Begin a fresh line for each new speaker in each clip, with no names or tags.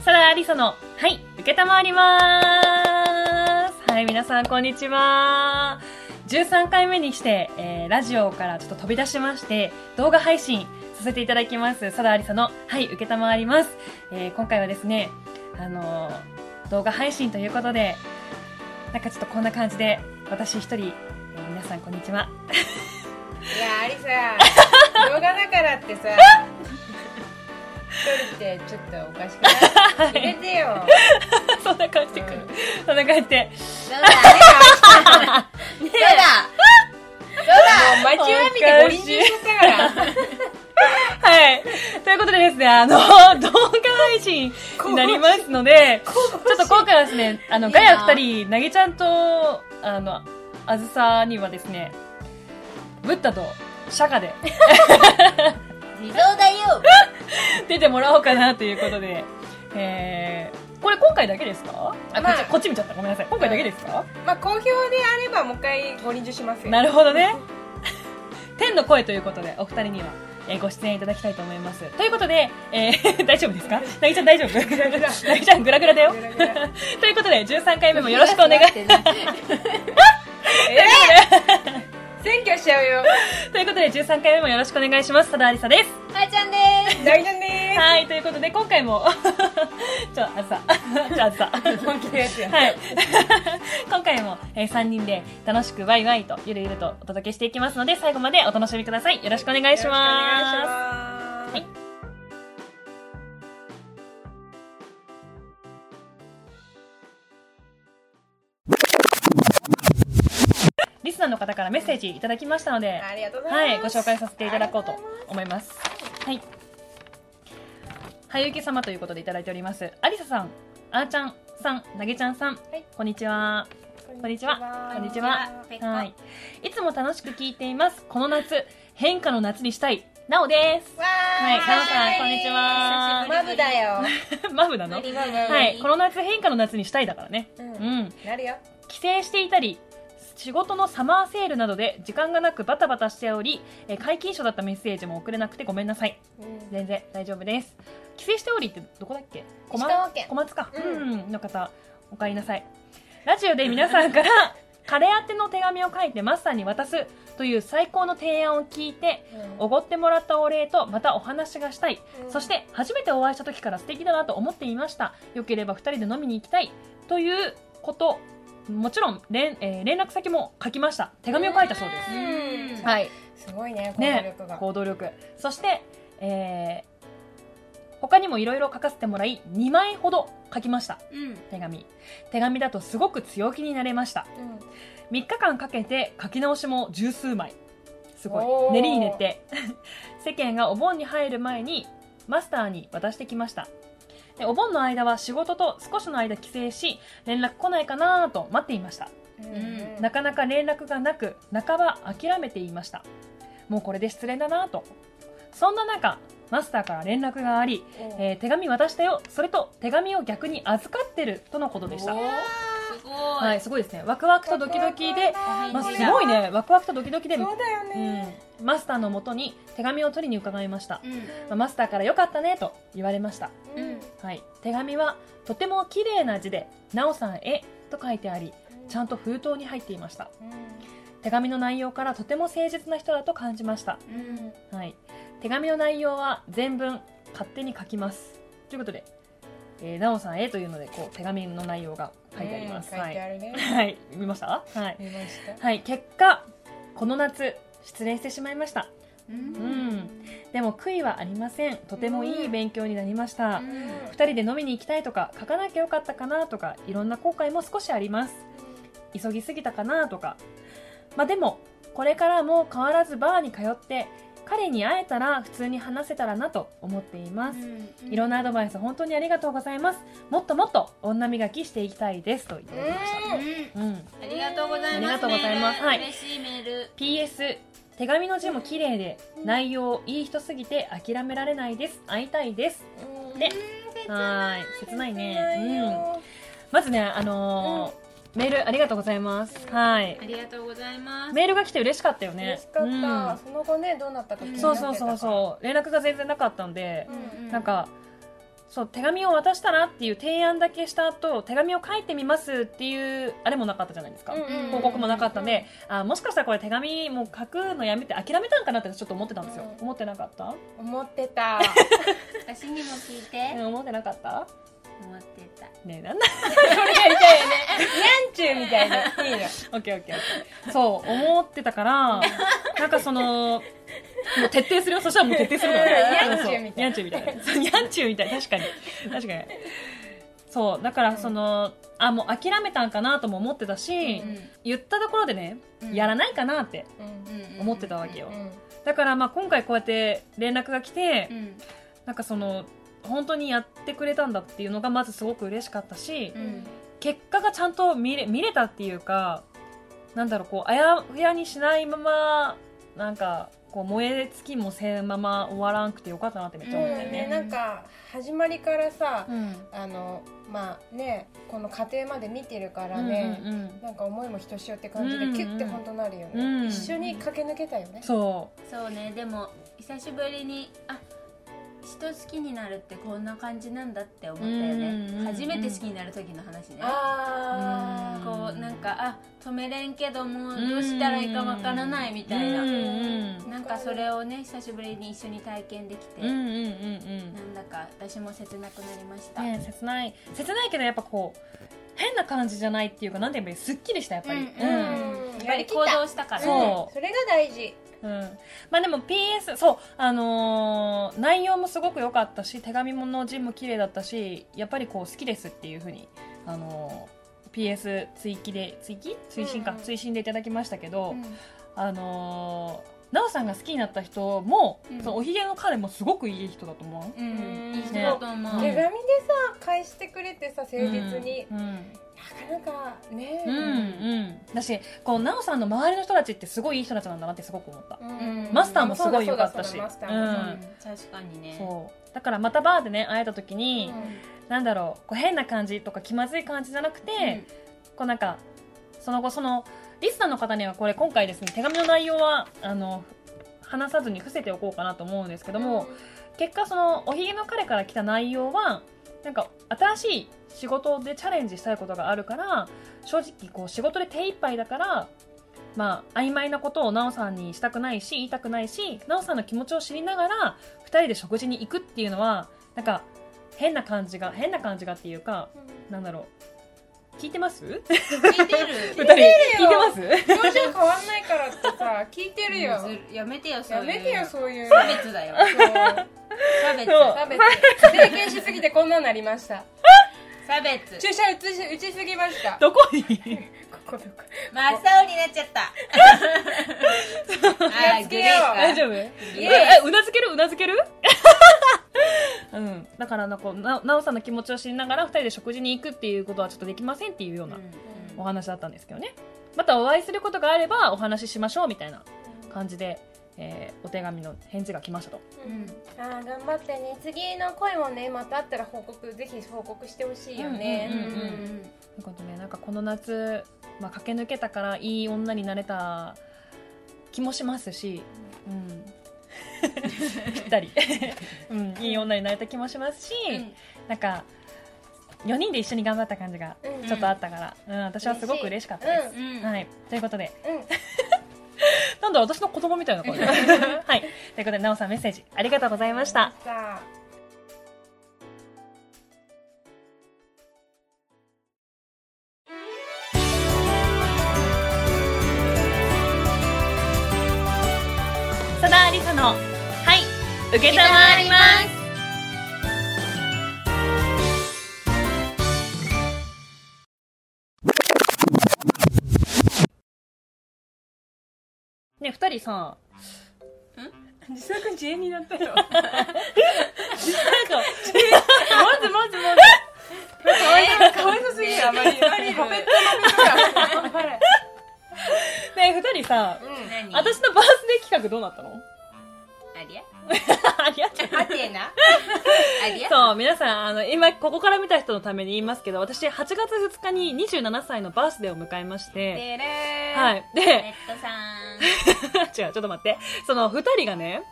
サラ・アリソの、はい、受けたまわります。はい、皆さん、こんにちは。13回目にして、えーラジオからちょっと飛び出しまして、動画配信させていただきます。サラ・アリソの、はい、受けたまわります。えー今回はですね、あのー動画配信ということで、なんかちょっとこんな感じで、私一人、えー皆さん、こんにちは。
いやありさ動画だからってさ一人でちょっとおかしくない入れてよ、
そんな感じで
うん、
来
ど
る
う。
そんな感じで。
だねえどうだどうだもう街は見て五輪中しちゃったから
はい。ということでですね、あの、動画配信になりますので、ちょっと今回はですね、あの、
いい
ガ
な
ヤ二人、なぎちゃんと、あの、あずさにはですね、ブッダとシャカ で
自動だよ
出てもらおうかなということで、えー、これ今回だけですかあ、こっ
ま
ち
あ
こっち見ちゃった。ごめんなさい。今回だけですか、
まあ好評であればもう一回五輪中しますよ
なるほどね。 天の声ということで、お二人には、えーご出演いただきたいと思います。ということで、えー 大丈夫ですかなぎちゃん大丈夫 なぎちゃんグラグラだよ
グ。ラグラ
ということで、13回目もよろしくお願い。
えら選挙しちゃうよ
ということで、13回目もよろしくお願いします。佐田ありさです。
あーちゃんです大ちゃんで
はい、ということで、今回も、 ちょ、あずさ、ちょ、あずさ。
す本気のやつや
はい。 今回も、えー、3人で楽しくワイワイとゆるゆるとお届けしていきますので、最後までお楽しみください。よろしくお願いします。
よろしくお願いします
はいリスナーの方からメッセージいただきましたので、
ありがとうござ
はいい、ご
ます。
紹介させていただこうと思います。はい。はゆき様ということでいただいております。ありささん、あーちゃんさん、なげちゃんさん、
い
こんにちは。こんにちは。
こんにち
は
は。
はい。いつも楽しく聞いています。この夏、変化の夏にしたい。なおです。
わ
はい、なおさん、こんにちは。
マブだよ。
マブなのはい、この夏変化の夏にしたいだからね。
う
う
ん
ん。
なるよ。
帰省していたり仕事のサマーセールなどで時間がなくバタバタしておりえー解禁書だったメッセージも送れなくてごめんなさい
うん
全然大丈夫です帰省しておりってどこだっけ小
石川県
小松か、
うん
うんの方お帰りなさいラジオで皆さんから カレー宛ての手紙を書いてマスターに渡すという最高の提案を聞いておごってもらったお礼とまたお話がしたい
うん
そして初めてお会いした時から素敵だなと思っていましたよければ2人で飲みに行きたいということもちろん連,、えー連絡先も書きました手紙を書いたそうです
うん
はい
すごいね、行動
ね
力が。
行動力そして、えー他にもいろいろ書かせてもらい2枚ほど書きました
うん、
手紙手紙だとすごく強気になれました
うん
3日間かけて書き直しも十数枚すご
お
い
ー
練りに練って 世間がお盆に入る前にマスターに渡してきましたでお盆の間は仕事と少しの間帰省し連絡来ないかなと待っていました
うん
なかなか連絡がなく半ば諦めていましたもうこれで失礼だなとそんな中マスターから連絡があり、
うん
えー手紙渡したよそれと手紙を逆に預かってるとのことでした
おーすごい。
は、
はい
すごいですねワクワクとドキドキでまあ、
お
す
願いし
ごいねワクワクとドキドキで、
そうだよね。
うん、マスターのもとに手紙を取りに伺いました、
うん、
まあマスターから「よかったね」と言われました、
うん
はい、手紙はとても綺麗な字で「なおさんへ」と書いてありちゃんと封筒に入っていました手紙の内容からとても誠実な人だと感じました、
うん、
はい、手紙の内容は全文勝手に書きますということで、えーなおさんへというのでこう手紙の内容が書いてあります、
うん書
はい
て
い、
あるね。
はい、見ましたはい
見ました。
はい、結果、この夏、失恋してしまいました。
う、
うんん。でも悔いはありません。とてもいい勉強になりました。
うん
二人で飲みに行きたいとか、書かなきゃよかったかなとか、いろんな後悔も少しあります。急ぎすぎたかなとか。まあでも、これからも変わらずバーに通って、彼に会えたら普通に話せたらなと思っています。いろんなアドバイス本当にありがとうございます。もっともっと女磨きしていきたいです。といただきました。
うん、
うん。
ありがとうございます。
ありがとうございます
メール
はい
嬉しいメール。
PS 手紙の字も綺麗で
うん
内容いい人すぎて諦められないです会いたいです
うん
ではーい切ないねうん
よ
まずねあのーメールありがとうございますはい
ありがとうございます。
メールが来て嬉しかったよね
嬉しかった。その後ね、どうなったか気
う
に
ん
なってた
そうそうそうそう連絡が全然なかったんで
うん。
なんかそう手紙を渡したらっていう提案だけした後手紙を書いてみますっていうあれもなかったじゃないですか、
うんうんうん
報告もなかったんで、あもしかしたらこれ手紙もう書くのやめて諦めたんかなってちょっと思ってたんですよ、
うん
思ってなかった、
思って た
私にも聞いて、
うん、思ってなかった
思ってた
ねえなんだ
なんちゅうみたいないいの
オッケーオッケーオッケーそう思ってた からなんかそのもう徹底するよそしたらもう徹底するか
うん
ら
ニャンチューみたい
ニャンチューみた
な
いなそうニャンチューみたい確かに確かにそうだからそのあもう諦めたんかなとも思ってたし、
うん
言ったところでね、
うん
やらないかなって
うん
思ってたわけよ、
うん
だからまあ今回こうやって連絡が来て、
うん
なんかその本当にやってくれたんだっていうのがまずすごく嬉しかったし、
うん
結果がちゃんと見れ見れたっていうかなんだろうこうあやふやにしないままなんかこう燃え尽きもせんまま終わらんくてよかったなってめっちゃ
もう
思ったよ
ね
ね。
なんか始まりからさ
うん
あのまあねこの過程まで見てるからね
うんうんうん
なんか思いもひとしおって感じで
うんうん
キュッて本当なるよね、
うん
一緒に駆け抜けたよね、
そ
そうねでも久しぶりにあ人好きになるってこんな感じなんだって思ったよ
うんうんう
ね
ん
初めて好きになる時の話ね
あー
こうなんかあ止めれんけどもどうしたらいいかわからないみ
う
たいな
うんうん
なんかそれをね久しぶりに一緒に体験できて、
うんうんうん
なんだか私も切なくなりまし
う
た、
んね切ない切ないけどやっぱこう変な感じじゃないっていうかなんて言えばいいすっきりしたやっぱり
うん
う
うんん
やっぱり行動したから
そう
うんそれが大事
うんまあでも PS そうあのー内容もすごく良かったし手紙もの字も綺麗だったしやっぱりこう好きですっていうふうにあのー PS 追記で追記追伸か、
うんうん
追伸でいただきましたけど、
うん
あのーなおさんが好きになった人も、
うん
そのおひげの彼もすごくいい人だと思う
うんいい人
ね
だと思う、
手
ね
紙でさ返してくれてさ誠実に、
うん
なかなかね
うんうんうんだしこうなおさんの周りの人たちってすごいいい人たちなんだなってすごく思った、
うん
マスターもすごい良かったし
そうだそうだ
う
マスターも
ん
確かにね
そうだからまたバーでね会えた時に、
う
なんだろうこう変な感じとか気まずい感じじゃなくて、こうなんかその後そのリスナーの方にはこれ今回ですね手紙の内容はあの話さずに伏せておこうかなと思うんですけども、結果そのおひげの彼から来た内容はなんか新しい仕事でチャレンジしたいことがあるから正直こう仕事で手一杯だからまあ曖昧なことを奈緒さんにしたくないし言いたくないし奈緒さんの気持ちを知りながら2人で食事に行くっていうのはなんか変な感じが変な感じがっていうかなんだろう聞いてます ?2
聞いてる
人聞いてます
うん表情変わんないからってさ聞いてるよ
ずるやめてよそうい
や
う
めてよそういう
差別だよ
そう
差別
そう
差別整形しすぎてこんなになりました
差別
注射打ちし打ちすぎました
どこに
ここどこ
真っ青になっちゃった あーグレーか
大丈夫
イエーイ
えうなずけるうなずける うん、だからなこうななおさんの気持ちを知りながら2人で食事に行くっていうことはちょっとできませんっていうよう
うん
な
うん
お話だったんですけどねまたお会いすることがあればお話ししましょうみたいな感じで、えーお手紙の返事が来ましたと
うん
あー頑張ってね次の恋もねまたあったら報告ぜひ報告してほしいよね
うんうん
うん
ということでなんかこの夏、まあ、駆け抜けたからいい女になれた気もしますし、 うん、ぴったり、 うん、いい女になれた気もしますし、
うん
なんか4人で一緒に頑張った感じが
うん
ちょっとあったから、うん私はすごく嬉しかったです。
うん
はい、ということで
うん
なんだ私の言葉みた いな感じはいということでなおさんメッセージありがとうございました。
さあ
さだありさのはい受けたまりますね二人さ
自作自演に なったよ
なん かまずまずまず
かわいそうすぎるあまり あまりパペットのことが
ね二人さ
何
私のバースデー企画どうなったの
ありゃ
ありがとう
ハテナありゃ
そう、皆さん、あの、今、ここから見た人のために言いますけど、私、8月2日に27歳のバースデーを迎えまして、
てれー
はい。
レ
で、
ッドさん
違う、ちょっと待って。その、2人がね、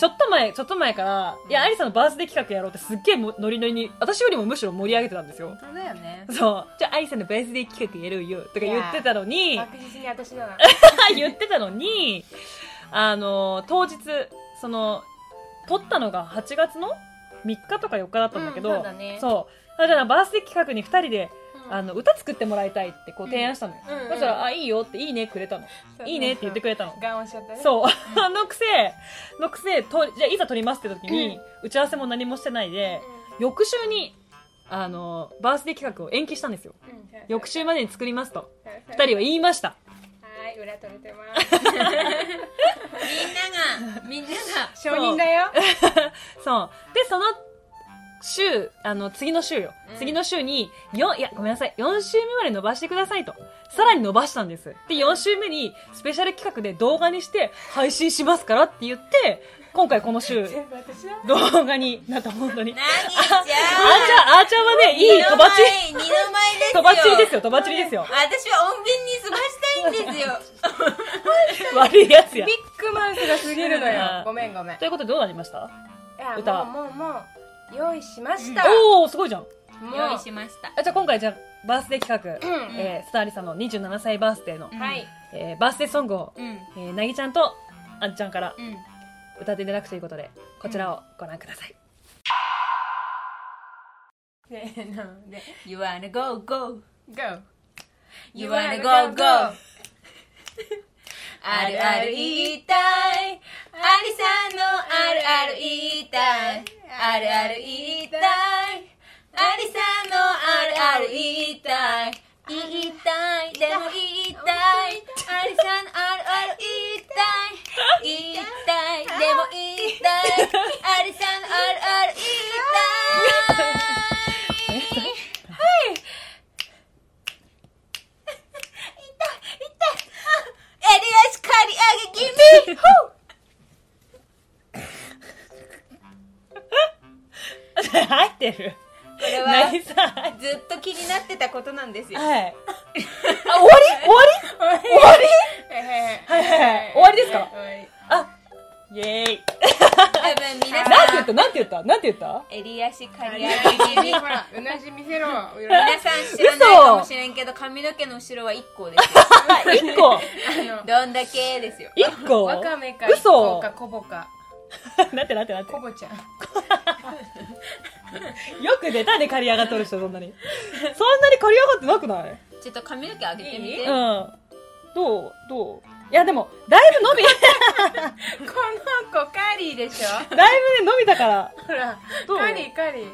ちょっと前、ちょっと前から、いや、アリさんのバースデー企画やろうってすっげえもノリノリに、私よりもむしろ盛り上げてたんですよ。
当だよね
そう。じゃあ、アリさんのバースデー企画やろうよとか言ってたのに、
確実に私だな
言ってたのに、あの、当日、その、撮ったのが8月の3日とか4日だったんだけど、
うんそうだね
そうだからバースデー企画に2人で、
うん
あの歌作ってもらいたいってこう提案したのよ、
うんうん
だから「あいいよ」って「いいね」くれたの「いいね」って言ってくれたの
我慢しちゃったねう
そう あのくせのくせとじゃあいざ撮りますって時に、打ち合わせも何もしてないで、翌週にあのバースデー企画を延期したんですよ翌週までに作りますと
2
2人は言いました
はい裏取れてます
みんながみんなが
承認だ よ
そう。で、その週、あの、次の週よ。
うん
次の週に、よんいや、ごめんなさい。4週目まで伸ばしてくださいと。さらに伸ばしたんです。で、4週目に、スペシャル企画で動画にして、配信しますからって言って、今回この週、
全部私だ
動画になった、本当に。あーち
何じ
ゃ
ゃん
ん、あーちゃんはね、いい、とばっちり、
二の舞ですよ
とばっちりですよ、とばっちりですよ
私。は穏便に済ましたいんですよ
悪いやつ
ビッ
や。
グマウスが過ぎるの
あ
よ
ー
ごめんごめんい
ということでどうなりました
や
歌
もうもうもう用意しました
おー、すごいじゃん。
もう
用意しました
あじゃあ今回、じゃあ、バースデー企画、
うん
えー、スターリさんの27歳バースデーの、
うん
はい
えーバースデーソングを、
うんうん
えーなぎちゃんとあんちゃんから歌っていただくということでこちらをご覧ください、
せーので
You wanna go go
GO
You wanna go go あるある言いたいアリさんのあるある言いたいあるある言いたいアリさんのあるある言いたい言いたいでも言いたいアリさんのあるある言いたい言いたいでも言いたいアリさんのあるある言いたい襟足刈り上げ気味
入ってる
これは
何さはい
ずっと気になってたことなんですよ
あ終わり終わり終わり
はいはい
はいはいはい終わりですか
終わり
あイエーイ
多分皆さ
なんて言っ
ん
たなんて言ったなんて言った
襟足刈り
あ
上
り
げ気
あ
味
りほらうなじ見せろ
皆さん知らないかもしれんけど髪の毛の後ろは1個ですよ
あ一個
あの
どんだけですよ
一個
わかめ か
嘘
いっこかこぼか
なんてなんてなんて
こぼちゃん
よく出たで刈り上がっとる人そんなにそんなに刈り上がってなくない
ちょっと髪の毛上げてみ
い
て
い
うんどうどういやでもだいぶ伸び
この子カリーでしょ
だいぶね伸びたから
ほら
どう
カリーカリー
映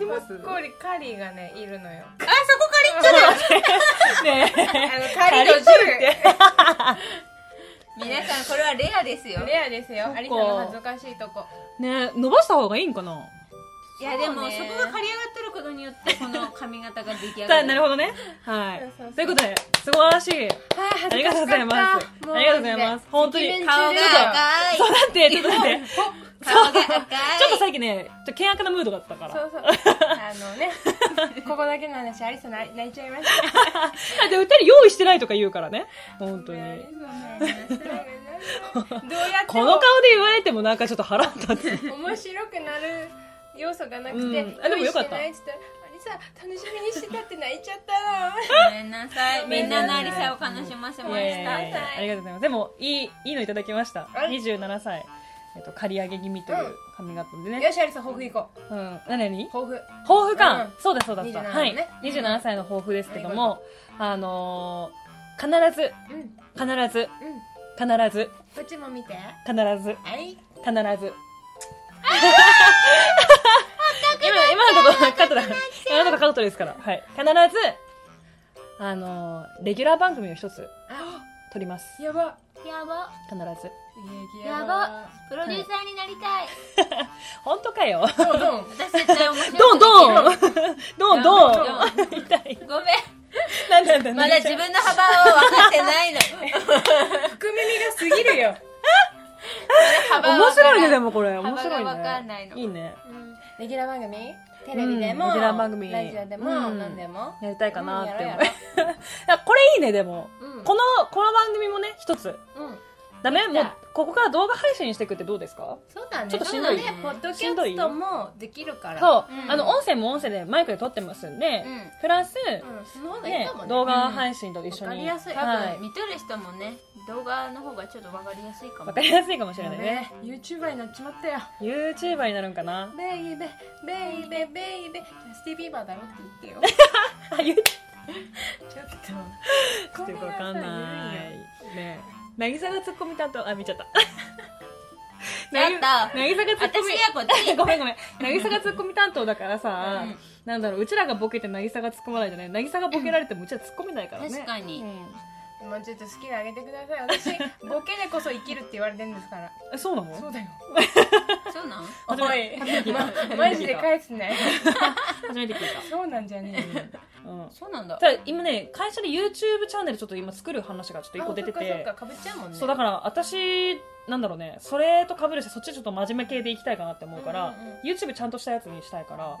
ります
ほっこりカリーがねいるのよ
あそこからいっちゃった
ね
あの
え
カリーの
皆さんこれはレアですよ
銃レアですよありさの恥ずかしいとこ
ねえ伸ばした方がいいんかない
やでも
そう
そ
ね
こが刈り上がってることによってこの髪型が出来上
さ
が
あ
る
なるほどねはい
そうそうそう
ということで素晴らしい
はい恥ずかしか
ありが
った
とうございます
も
ありがとうございます本当に
イケメン
顔が
ちょっと
赤い
そうだってちょっと待って
顔が赤い
ちょっとさっきねちょっと険悪なムードだったから
そう そうあのねここだけの話ありさ泣い泣いちゃいました
あで二人用意してないとか言うからね本当に
アリ サ泣いちゃいましたどうやって
こ
も
の顔で言われてもなんかちょっと腹立つ
面白くなる要素がなく
う
て、
んあでもよかった
用意してないっつったらありさ楽しみにしてたって泣いちゃったの
ごめんなさいみんなのありさを悲しませ
い
ま
やい
し
や
た
いやありがとうございますでもいいいいのいただきました
あれ
27歳えっと刈り上げ気味という髪型で
よ
ね
し、アリさん、抱負いこう。
うん何何
抱負。
抱負感、
うん
そうだそうだそうだ
27
はい
ね
27歳の抱負ですけども、あのー、必ず
うん。うん。
必ず必ず
こっちも見て。
必ず
はい。
必ず今今のところカットだ今のところカットですから、はい、必ずあのーレギュラー番組を一つ
あ、
撮ります
やば。
やば
必ず
やばプロデューサーになりたい
本当かよ
どんどん。
私絶対面白いこ
どん
とできる
どんどんどん痛い
ごめん
なんなんだ
まだ自分の幅を分かってないの
福耳が過ぎるよ。
幅は
面
分から
白
ん
いねでもこれ面
幅
白
が
いね
分かんないの
いいね
レギュラー番組テレビでも、
うんレギュラー番組
ラジオでも、
うん
何でも。
やりたいかなって思う、
うんやろう
これいいねでも、
うん
このこの番組もね一つ
うん。
ダメもう
た
ここから動画配信していくってどうですか
そうだね。
ちょっとしんどい
そうだねポッドキ
しんど
ャ
い
ストもできるから。
そう、
うん
あの音声も音声でマイクで撮ってますんで、
うん
プラス、
うん
その方がいい
ね
かもね。
動画
うん
配信と一緒に、
わかりやすい。多
は
分
い
見とる人もね、動画の方がちょっとわかりやすいかも。
わかりやすいかもしれないね
ね YouTuber になっちまったよ
YouTuber になるんかな
ベイベベイベベイベジャスティンビーバーだろって 言ってよ
あ YouTube
ちょっ
ちょっとよくわかんないね渚が突っ込み担当あ見ちゃった
やった
渚が突っ
私
込み。
がこっち
ごめんごめん渚がツッコミ担当だからさ、
うん
なんだろううちらがボケて渚がツッコまないじゃない渚がボケられてもうちらツッコめないからね
確かに
ともうちょっと好きであげてください私ボケでこそ生きるって言われてるんですから
えそうなの
そうだよ
そう なん
おい
マジで返すね
初めて聞い
そうなんじゃねえよ
た、うん、
そうなんだ。
ただ今ね会社で YouTube チャンネルちょっと今作る話がちょっと一個出てて
あそっかそっかかぶっちゃうもんね
そうだから私なんだろうねそれと被るしそっちちょっと真面目系でいきたいかなって思うから、
うんうんうん
YouTube ちゃんとしたやつにしたいから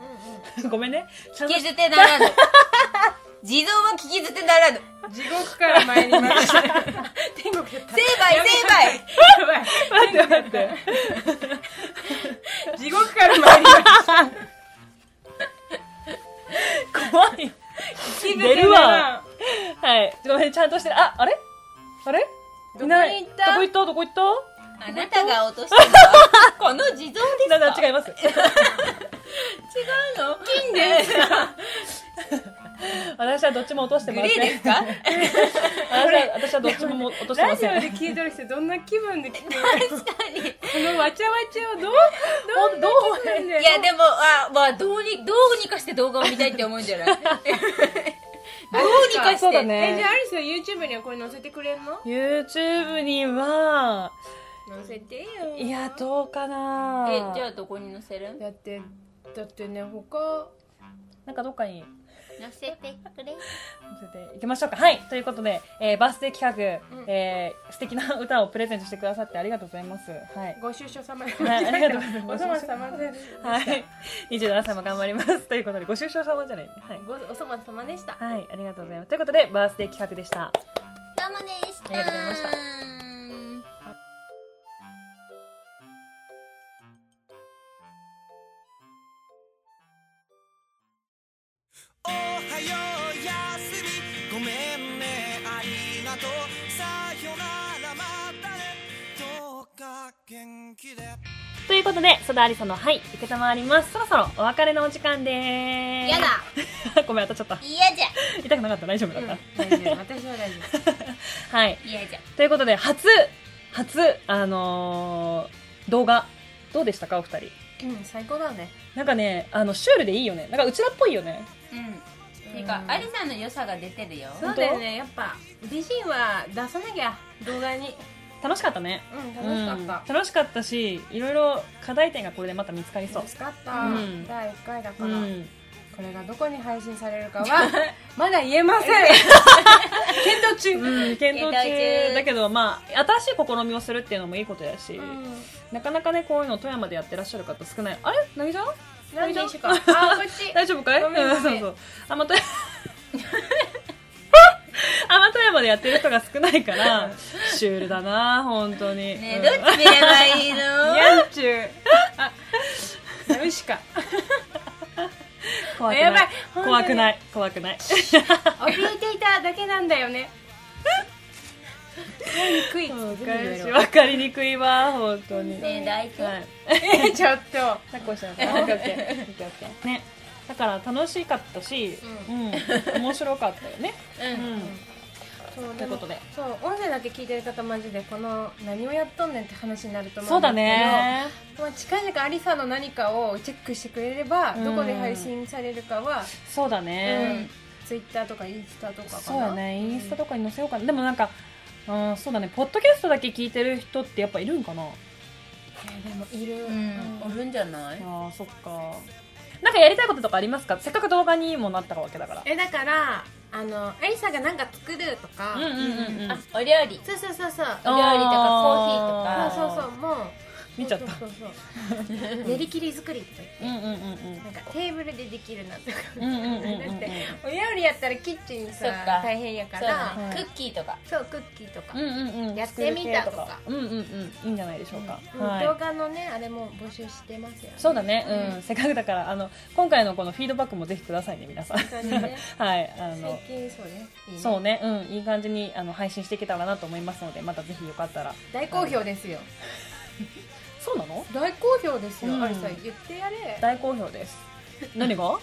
う、ん
ごめんねちゃん
聞
と
き捨てならぬ。自動は聞き捨てならぬ。
うん地獄から参りました 天国だった
成敗成敗
やばい
待って待って
地獄から参りました
怖い出るわはいごめんちゃんとしてるああれあれ
ど
い
こに
ない
行った
どこ行ったどこ行った
あなたが落としたの は、この自動ですか
だだ違います。
違うの金です
私はどっちも落として
グ
ま
レー
せ
です
ん。
か
私は私はどっちも落としてま
ラジ
せ
オ
ん。
で聞いてる人どんな気分で聞いてる
確かに。
このわちゃわちゃをどう
ほんどう
どう
いやでもあ、まあ、どうにどうにかして動画を見たいって思うんじゃない どうにかして
そうだ
えじゃあ
ね。
アリスは YouTube にはこれ載せてくれんの
YouTube には
載せてよ
いやどうかな。
えじゃあどこに載せる
だってだってね他
なんかどっかに
載せてくれ
載せていきましょうか。はいということで、えーバースデー企画、
うん
えー素敵な歌をプレゼントしてくださってありがとうございます。はい。
ご愁傷様で
はいありがとうございます
お粗末様でした
はい。27歳も頑張ります。ということで、ご愁傷様じゃない。はい。
ごお粗末様でした
はい、ありがとうございます。ということで、バースデー企画でした。
どうもでした
ありがとうございました
おはよう休みごめんねありがとうさよならまたねどうか元気で
ということで、ソダアリサのはい、受けたまわります。そろそろお別れのお時間でーす。
や だ
ごめん、当たっちゃった。
嫌じゃ
痛くなかった大丈夫だった、
大丈夫私は大丈夫
はい。
嫌じゃ
ということで、初、初、あのー、動画、どうでしたか、お二人。
うん最高だね
なんかね、あの、シュールでいいよね。なんか、うちらっぽいよね。
うんていう
う
か
ん
アリさんの良さが出てるよ
そうだよねやっぱ美人は出さなきゃ動画に
楽しかったね。
うん楽しかっ
うん楽しかったし、いろいろ課題点がこれでまた見つかり
た
そう
楽。しかった
うん
第1回だか
う
ら
ん。
これがどこに配信されるか はまだ言えません検討中
うん、検討
検討
中
中
だけど、まあ、新しい試みをするっていうのもいいことやし、なかなかね、こういうの富山でやってらっしゃる方少ない。あれなぎちゃん
何でしょうかあこっち
大丈夫かい
ごめんごめん
うそうそうあ またあま富山でやってる人が少ないからシュールだな本当に
ね
うん
どっち見ればいいの
やんちゅうあダメしか
怖く
やば
ないい
本当に
怖くない怖くない
怯えていただけなんだよ ね食い
わ
つ
かるしわかりにくいわ本当に
ねえ抱いて
はい
えちょっと
抱っこしなさいオッケーオッケーオッケーオッケーねだから楽しかったし、うん面白かったよね、
うん
そう
ということで
そう音声だけ聞いてる方マジでこの何をやっとんねんって話になると思
そううん
で
だ
すけど
ね
まあ、近々アリサの何かをチェックしてくれれば、
うん
どこで配信されるかは、
そうだね、
うんツイッターとかインスタとかかな
そうだねインスタとかに載せようかな、でもなんかうんそうだねポッドキャストだけ聞いてる人ってやっぱいるんかなあ
えーでもいる、
うんおるんじゃない
ーそっかなんかやりたいこととかありますかせっかく動画にもなったわけだから
えだからあのアリサが何か作るとか、
うんうんうんうん
あお料理
そうそうそうそう
お料理とかコーヒーと
あー
か
そうそうそうもう
見ちゃった
そうそうそう 練り切り作りとか言って
うんうんうん
なんかテーブルでできるなとか
うんうんうんうんうん
だってお料理やったらキッチン
そっ
さ
か
大変やか
そうだ
ら
ね、クッキーとか
そうクッキーとか
うんうんうん
やってみたとか
うんうんうんいいんじゃないでしょうか、
うん
はい
動画のねあれも募集してますよね
そうだね、うん、せっかくだから、あの、今回のこのフィードバックもぜひくださいね、皆さん。
本当にね
はい、あ
最
の、
近そうねいいね
そうね、うん、いい感じに、あの、配信していけたらなと思いますので、またぜひよかったら。
大好評ですよ
そうなの。
大好評ですよ、
うん
あれさ言ってやれ
大好評です。何が。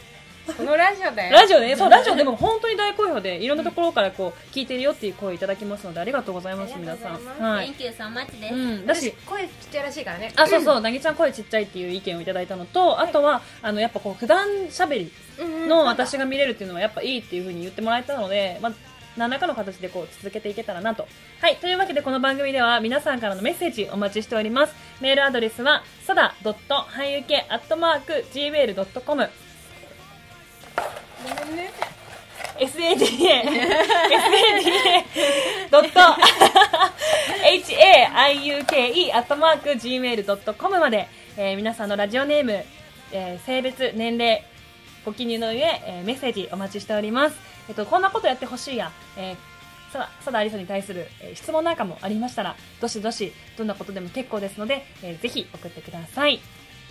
このラジオだよ
ラジオね、そう、ラジオでも、本当に大好評で、いろんなところから、こう、聞いてるよっていう声いただきますので、ありがとうございます、
ありが
皆
とうご
さ
ざいま
んは
す。
い。
Thank you so much です、
うん、だ
私
し。
声ちっちゃいらしいからね
あ、そうそう、なぎちゃん声ちっちゃいっていう意見をいただいたのと、あとは、あの、やっぱこう、普段喋りの私が見れるっていうのはやっぱいいっていうふうに言ってもらえたので、まあ、何らかの形でこう続けていけたらなと。はい。というわけでこの番組では皆さんからのメッセージお待ちしております。メールアドレスは、さだ .hayuke.gmail.com
ごめんね
sada, sada. haiuke.gmail.com まで、えー皆さんのラジオネーム、えー性別、年齢、ご記入の上、えーメッセージお待ちしております。えっと、こんなことやってほしいや、えー、さだ、さだありさに対する、えー質問なんかもありましたら、どしどし、どんなことでも結構ですので、えーぜひ送ってください。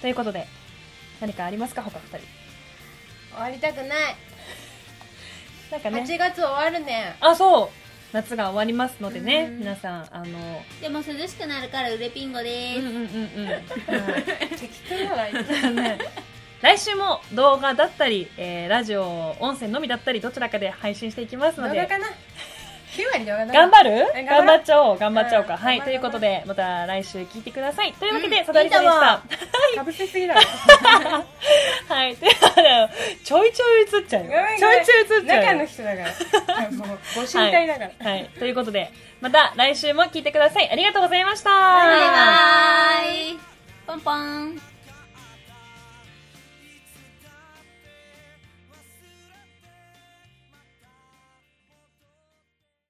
ということで、何かありますか他二人。
終わりたくない
なんかね。
8月終わるね
あそう夏が終わりますのでね、
うん
皆さんあの
でも涼しくなるからウレピンゴ
う
で
んうん
す、
うんうん、
適当ならいい
はい来週も動画だったり、えーラジオ音声のみだったりどちらかで配信していきます
動
の
画
で
かな9割動画だ
頑張る
え
頑張
頑張ろう
っちゃおう頑張っちゃおうか、
うん
はいと
頑張
い
ろ
う
う
ことでまた来週聞いてくださいというわけ
う
で
ん
さだりさでした
かぶせすぎだろ
はいということでちょいちょい映っちゃうよ
ごめん
ちょいちょい映っちゃうよ
中の人だ からもうご神体だから、
はい、はい、ということでまた来週も聞いてくださいありがとうございました
バイバイポンポン